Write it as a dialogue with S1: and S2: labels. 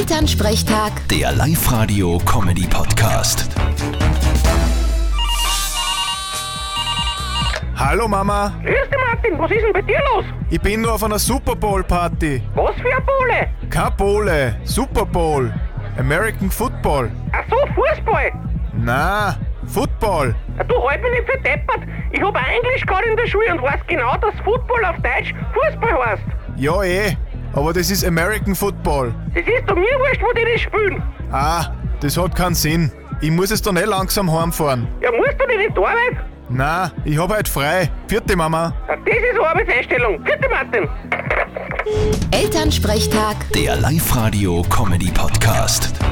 S1: Elternsprechtag,
S2: Der Live-Radio-Comedy-Podcast.
S3: Hallo Mama,
S4: Grüß dich, Martin, was ist denn bei dir los?
S3: ich bin nur auf einer Super Bowl Party.
S4: Was für eine Bohle?
S3: Keine Bowle, Super Bowl. American Football.
S4: Ach so, Fußball.
S3: Na, Football.
S4: Ja, Du halt mich nicht für deppert. Ich habe Englisch gehabt in der Schule und weiß genau, dass Football auf Deutsch Fußball heißt.
S3: Ja eh, aber das ist American Football.
S4: Das ist doch mir wurscht, wo die das spielen.
S3: Ah, das hat keinen Sinn. Ich muss jetzt dann eh langsam heimfahren.
S4: Ja, musst du nicht in die Arbeit?
S3: Na, ich hab heute frei. Vierte Mama.
S4: Ja, Das ist Arbeitseinstellung. Bitte, Martin.
S1: Elternsprechtag.
S2: Der Live-Radio-Comedy-Podcast.